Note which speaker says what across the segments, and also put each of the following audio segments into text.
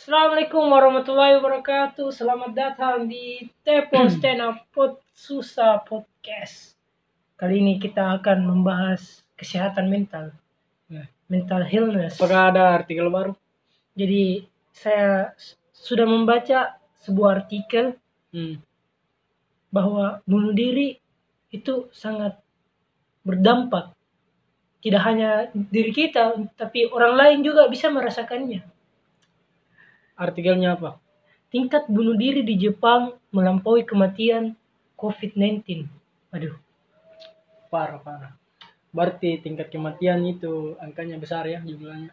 Speaker 1: Assalamualaikum warahmatullahi wabarakatuh. Selamat datang di Tepo Stand Up Pod Susah Podcast. Kali ini kita akan membahas kesehatan mental, mental illness.
Speaker 2: Apakah ada artikel baru?
Speaker 1: Jadi saya s- sudah membaca sebuah artikel
Speaker 2: Hmm.
Speaker 1: bahwa bunuh diri itu sangat berdampak. Tidak hanya diri kita, tapi orang lain juga bisa merasakannya.
Speaker 2: Artikelnya apa?
Speaker 1: tingkat bunuh diri di Jepang melampaui kematian COVID-19. Aduh,
Speaker 2: Parah, parah. Berarti tingkat kematian itu angkanya besar ya jumlahnya.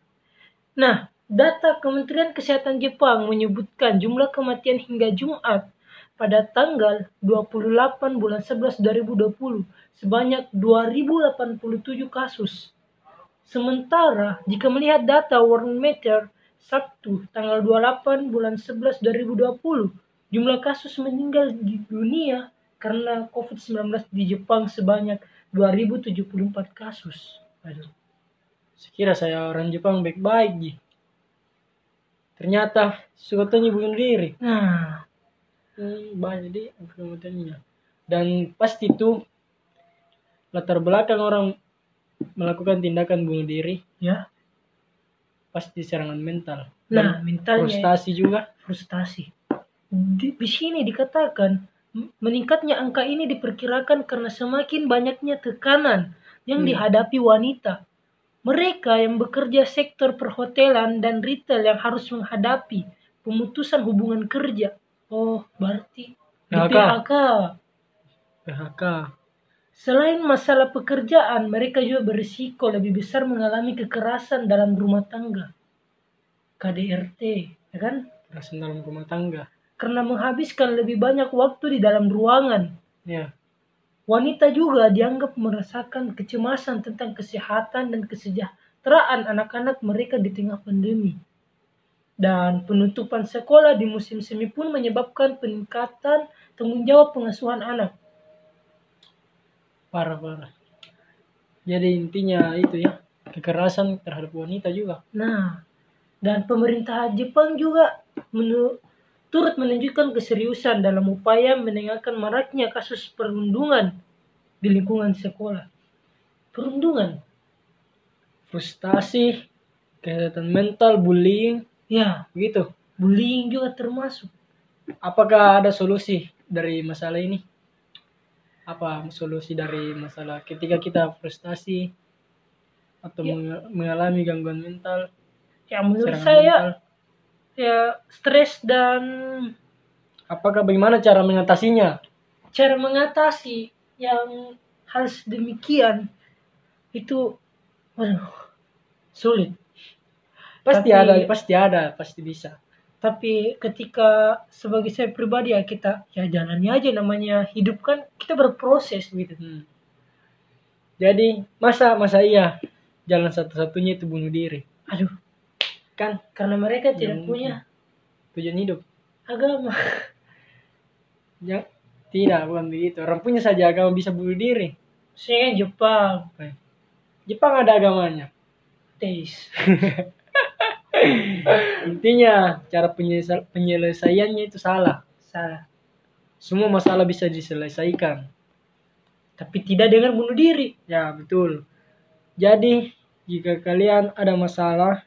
Speaker 1: Nah, data Kementerian Kesehatan Jepang menyebutkan jumlah kematian hingga Jumat pada tanggal 28 bulan 11 2020 sebanyak 2087 kasus. Sementara jika melihat data World Meter Sabtu tanggal 28 bulan 11 2020, jumlah kasus meninggal di dunia karena COVID-19 di Jepang sebanyak 2074 kasus. Aduh.
Speaker 2: Sekira saya orang Jepang baik-baik, Ji. Ternyata sukatnya bunuh diri.
Speaker 1: Nah,
Speaker 2: Hmm, banyak di angka kematiannya. Dan pasti itu latar belakang orang melakukan tindakan bunuh diri
Speaker 1: ya.
Speaker 2: pasti serangan mental.
Speaker 1: Nah,
Speaker 2: Dan
Speaker 1: mentalnya
Speaker 2: frustasi juga.
Speaker 1: frustasi. Di, di sini dikatakan m- meningkatnya angka ini diperkirakan karena semakin banyaknya tekanan yang
Speaker 2: Hmm.
Speaker 1: dihadapi wanita. Mereka yang bekerja sektor perhotelan dan retail yang harus menghadapi pemutusan hubungan kerja. Oh, berarti di
Speaker 2: PHK.
Speaker 1: PHK.
Speaker 2: PHK.
Speaker 1: Selain masalah pekerjaan, mereka juga berisiko lebih besar mengalami kekerasan dalam rumah tangga. KDRT, ya kan?
Speaker 2: Kekerasan dalam rumah tangga.
Speaker 1: karena menghabiskan lebih banyak waktu di dalam ruangan.
Speaker 2: Ya.
Speaker 1: Wanita juga dianggap merasakan kecemasan tentang kesehatan dan kesejahteraan anak-anak mereka di tengah pandemi. Dan penutupan sekolah di musim semi pun menyebabkan peningkatan tanggung jawab pengasuhan anak.
Speaker 2: parah-parah jadi intinya itu ya kekerasan terhadap wanita juga
Speaker 1: Nah, dan pemerintah Jepang juga menu- turut menunjukkan keseriusan dalam upaya menengahkan maraknya kasus perundungan di lingkungan sekolah. Perundungan,
Speaker 2: frustasi kesehatan mental bullying gitu.
Speaker 1: ya,
Speaker 2: begitu
Speaker 1: bullying juga termasuk.
Speaker 2: apakah ada solusi dari masalah ini apa solusi dari masalah ketika kita frustasi atau
Speaker 1: Ya.
Speaker 2: meng- mengalami gangguan mental
Speaker 1: Ya, menurut
Speaker 2: serangan
Speaker 1: saya
Speaker 2: mental.
Speaker 1: ya stres dan
Speaker 2: apakah bagaimana cara mengatasinya
Speaker 1: cara mengatasi yang hal demikian itu waduh, sulit.
Speaker 2: pasti
Speaker 1: Tapi-
Speaker 2: ada pasti ada pasti bisa
Speaker 1: tapi ketika sebagai saya pribadi ya kita ya jalannya aja namanya hidup kan kita berproses gitu
Speaker 2: Hmm. jadi masa masa iya jalan satu-satunya itu bunuh diri
Speaker 1: aduh
Speaker 2: kan
Speaker 1: karena mereka
Speaker 2: Ya
Speaker 1: tidak
Speaker 2: mungkin.
Speaker 1: punya
Speaker 2: tujuan hidup
Speaker 1: agama
Speaker 2: Ya, tidak, bukan begitu. Orang punya saja agama bisa bunuh diri.
Speaker 1: saya kan Jepang
Speaker 2: Jepang ada agamanya.
Speaker 1: teis
Speaker 2: Intinya, cara penyelesa- penyelesaiannya itu salah.
Speaker 1: salah
Speaker 2: Semua masalah bisa diselesaikan.
Speaker 1: tapi tidak dengan bunuh diri
Speaker 2: Ya, betul. Jadi, jika kalian ada masalah,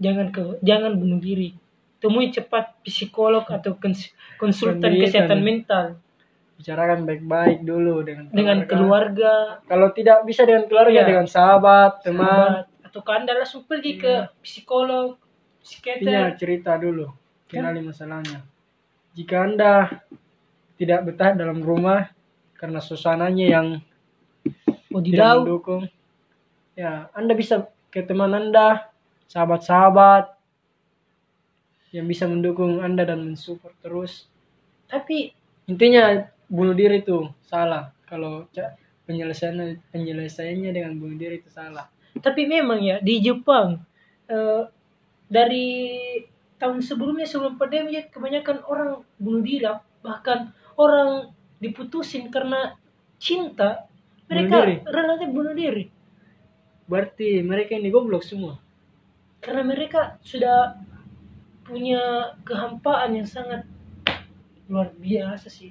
Speaker 1: jangan ke jangan bunuh diri temui cepat psikolog atau kons- konsultan
Speaker 2: Pendidikan.
Speaker 1: kesehatan mental
Speaker 2: bicarakan baik-baik dulu dengan keluarga.
Speaker 1: dengan keluarga
Speaker 2: Kalau tidak bisa dengan keluarga,
Speaker 1: Ya.
Speaker 2: dengan sahabat, teman. Iya.
Speaker 1: sahabat, atau ke anda langsung pergi ke psikolog
Speaker 2: Intinya
Speaker 1: psikiater
Speaker 2: cerita dulu,
Speaker 1: Ya.
Speaker 2: kenali masalahnya. Jika Anda tidak betah dalam rumah karena suasananya yang tidak
Speaker 1: wadidaw
Speaker 2: mendukung ya anda bisa ke teman anda sahabat-sahabat yang bisa mendukung anda dan mensupport terus
Speaker 1: tapi
Speaker 2: intinya bunuh diri itu salah kalau ca- penyelesaiannya penyelesaiannya dengan bunuh diri itu salah
Speaker 1: tapi memang ya di Jepang eh, dari tahun sebelumnya sebelum pandemi ya, kebanyakan orang bunuh diri bahkan orang diputusin karena cinta mereka
Speaker 2: Bunuh diri?
Speaker 1: relatif bunuh diri
Speaker 2: berarti mereka ini goblok semua
Speaker 1: karena mereka sudah punya kehampaan yang sangat luar biasa sih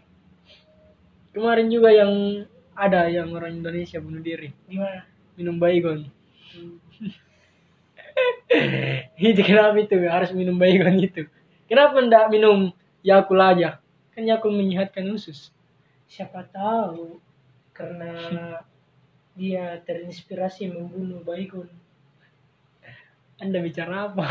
Speaker 2: Kemarin juga yang ada yang orang Indonesia bunuh diri
Speaker 1: gimana
Speaker 2: minum baygon. itu kenapa itu harus minum baygon itu? Kenapa ndak minum Yakult aja? Kan Yakult menyehatkan usus.
Speaker 1: siapa tahu karena dia terinspirasi membunuh Baygon
Speaker 2: Anda bicara apa?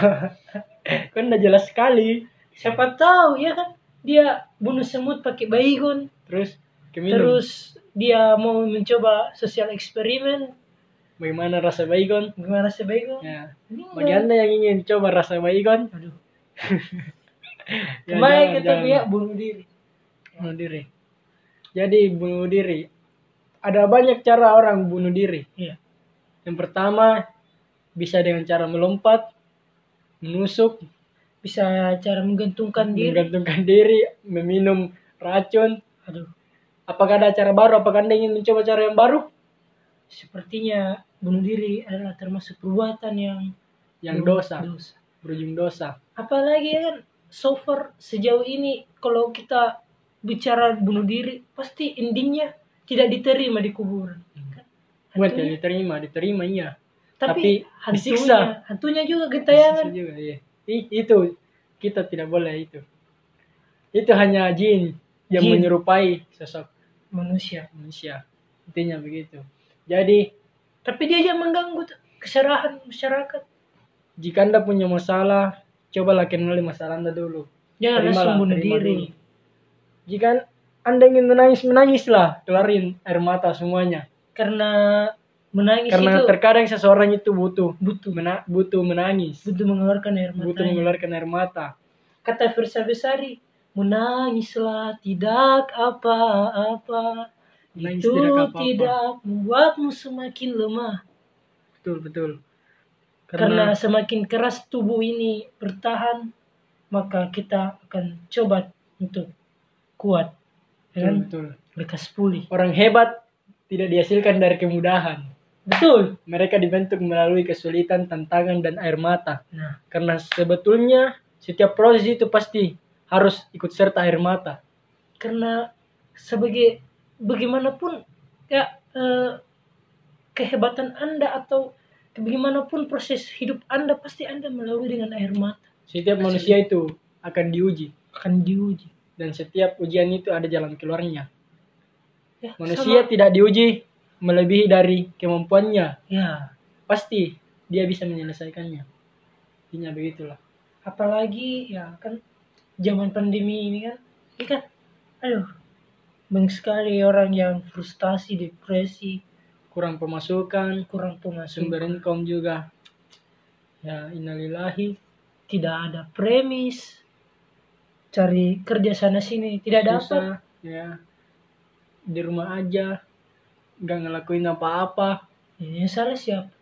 Speaker 2: kan udah jelas sekali.
Speaker 1: siapa tahu ya kan dia bunuh semut pakai Baygon
Speaker 2: Terus keminum.
Speaker 1: terus dia mau mencoba sosial eksperimen
Speaker 2: bagaimana rasa baygon?
Speaker 1: gimana sih Baygon
Speaker 2: Ya. Bagi Anda yang ingin coba rasa baygon,
Speaker 1: aduh
Speaker 2: ya
Speaker 1: kemarin
Speaker 2: jangan,
Speaker 1: kita
Speaker 2: jangan.
Speaker 1: dia bunuh diri
Speaker 2: bunuh diri. Jadi bunuh diri ada banyak cara orang bunuh diri.
Speaker 1: iya
Speaker 2: Yang pertama bisa dengan cara melompat, menusuk,
Speaker 1: bisa cara menggantungkan diri
Speaker 2: menggantungkan diri, meminum racun.
Speaker 1: aduh
Speaker 2: Apakah ada cara baru? Apakah Anda ingin mencoba cara yang baru?
Speaker 1: sepertinya bunuh diri adalah termasuk perbuatan yang
Speaker 2: Yang
Speaker 1: ber-
Speaker 2: dosa, berujung dosa.
Speaker 1: apalagi ya kan so far sejauh ini kalau kita bicara bunuh diri pasti endingnya tidak diterima di kuburan kan?
Speaker 2: Hmm. Buat
Speaker 1: Hantunya-
Speaker 2: yang diterima, diterima iya.
Speaker 1: tapi,
Speaker 2: tapi disiksa.
Speaker 1: hantunya hantunya juga gentayangan
Speaker 2: Bisa juga, iya. Ih, itu kita tidak boleh itu. Itu hanya jin yang
Speaker 1: Jin.
Speaker 2: menyerupai sosok
Speaker 1: manusia
Speaker 2: manusia. Intinya begitu. Jadi
Speaker 1: tapi dia yang mengganggu tuh keserahan masyarakat
Speaker 2: jika anda punya masalah, cobalah kenali masalah anda dulu.
Speaker 1: jangan langsung
Speaker 2: Terimalah,
Speaker 1: bunuh
Speaker 2: terima
Speaker 1: diri
Speaker 2: dulu. Jika anda ingin menangis, menangislah. Keluarin air mata semuanya.
Speaker 1: karena menangis
Speaker 2: Karena
Speaker 1: itu
Speaker 2: terkadang seseorang itu butuh
Speaker 1: butuh
Speaker 2: mena- butuh menangis,
Speaker 1: butuh mengeluarkan air
Speaker 2: butuh
Speaker 1: matanya
Speaker 2: mengeluarkan air mata.
Speaker 1: kata Firsa Besari menangislah tidak apa-apa
Speaker 2: Menangis
Speaker 1: itu
Speaker 2: tidak
Speaker 1: tidak,
Speaker 2: apa-apa.
Speaker 1: membuatmu semakin lemah
Speaker 2: Betul, betul.
Speaker 1: karena, semakin keras tubuh ini bertahan maka kita akan coba untuk kuat
Speaker 2: betul,
Speaker 1: dengan
Speaker 2: betul.
Speaker 1: bekas pulih
Speaker 2: Orang hebat tidak dihasilkan dari kemudahan.
Speaker 1: betul
Speaker 2: Mereka dibentuk melalui kesulitan, tantangan, dan air mata.
Speaker 1: nah
Speaker 2: Karena sebetulnya setiap proses itu pasti harus ikut serta air mata.
Speaker 1: karena sebagai bagaimanapun ya eh, kehebatan anda atau bagaimanapun proses hidup anda pasti anda melalui dengan air mata
Speaker 2: Setiap manusia itu akan diuji.
Speaker 1: akan diuji
Speaker 2: Dan setiap ujian itu ada jalan keluarnya.
Speaker 1: ya,
Speaker 2: Manusia
Speaker 1: sama-
Speaker 2: tidak diuji melebihi dari kemampuannya.
Speaker 1: ya
Speaker 2: Pasti dia bisa menyelesaikannya. Intinya begitulah.
Speaker 1: apalagi ya kan zaman pandemi ini kan ini kan aduh banyak sekali orang yang frustasi depresi
Speaker 2: Kurang pemasukan,
Speaker 1: kurang pengasuh
Speaker 2: sumber income juga. Ya innalillahi.
Speaker 1: tidak ada premis cari kerja sana sini tidak dapat
Speaker 2: susah, ya di rumah aja nggak ngelakuin apa-apa
Speaker 1: Ya, yang salah siapa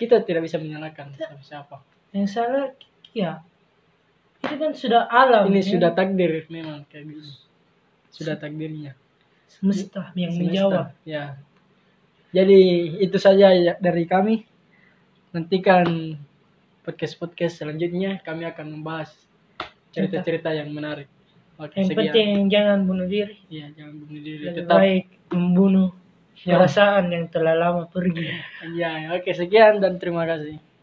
Speaker 2: kita tidak bisa menyalahkan siapa siapa
Speaker 1: yang salah ya itu kan sudah alam
Speaker 2: ini
Speaker 1: ya.
Speaker 2: sudah takdir Iya. memang kayak gitu sudah takdirnya
Speaker 1: semesta yang
Speaker 2: Semesta,
Speaker 1: menjawab
Speaker 2: ya jadi itu saja ya dari kami nantikan podcast podcast selanjutnya kami akan membahas cerita-cerita yang menarik Oke,
Speaker 1: yang
Speaker 2: sekian.
Speaker 1: penting jangan bunuh diri
Speaker 2: ya jangan bunuh diri
Speaker 1: lebih
Speaker 2: tetap
Speaker 1: baik membunuh
Speaker 2: Ya.
Speaker 1: perasaan yang telah lama pergi
Speaker 2: ya oke Iya, sekian dan terima kasih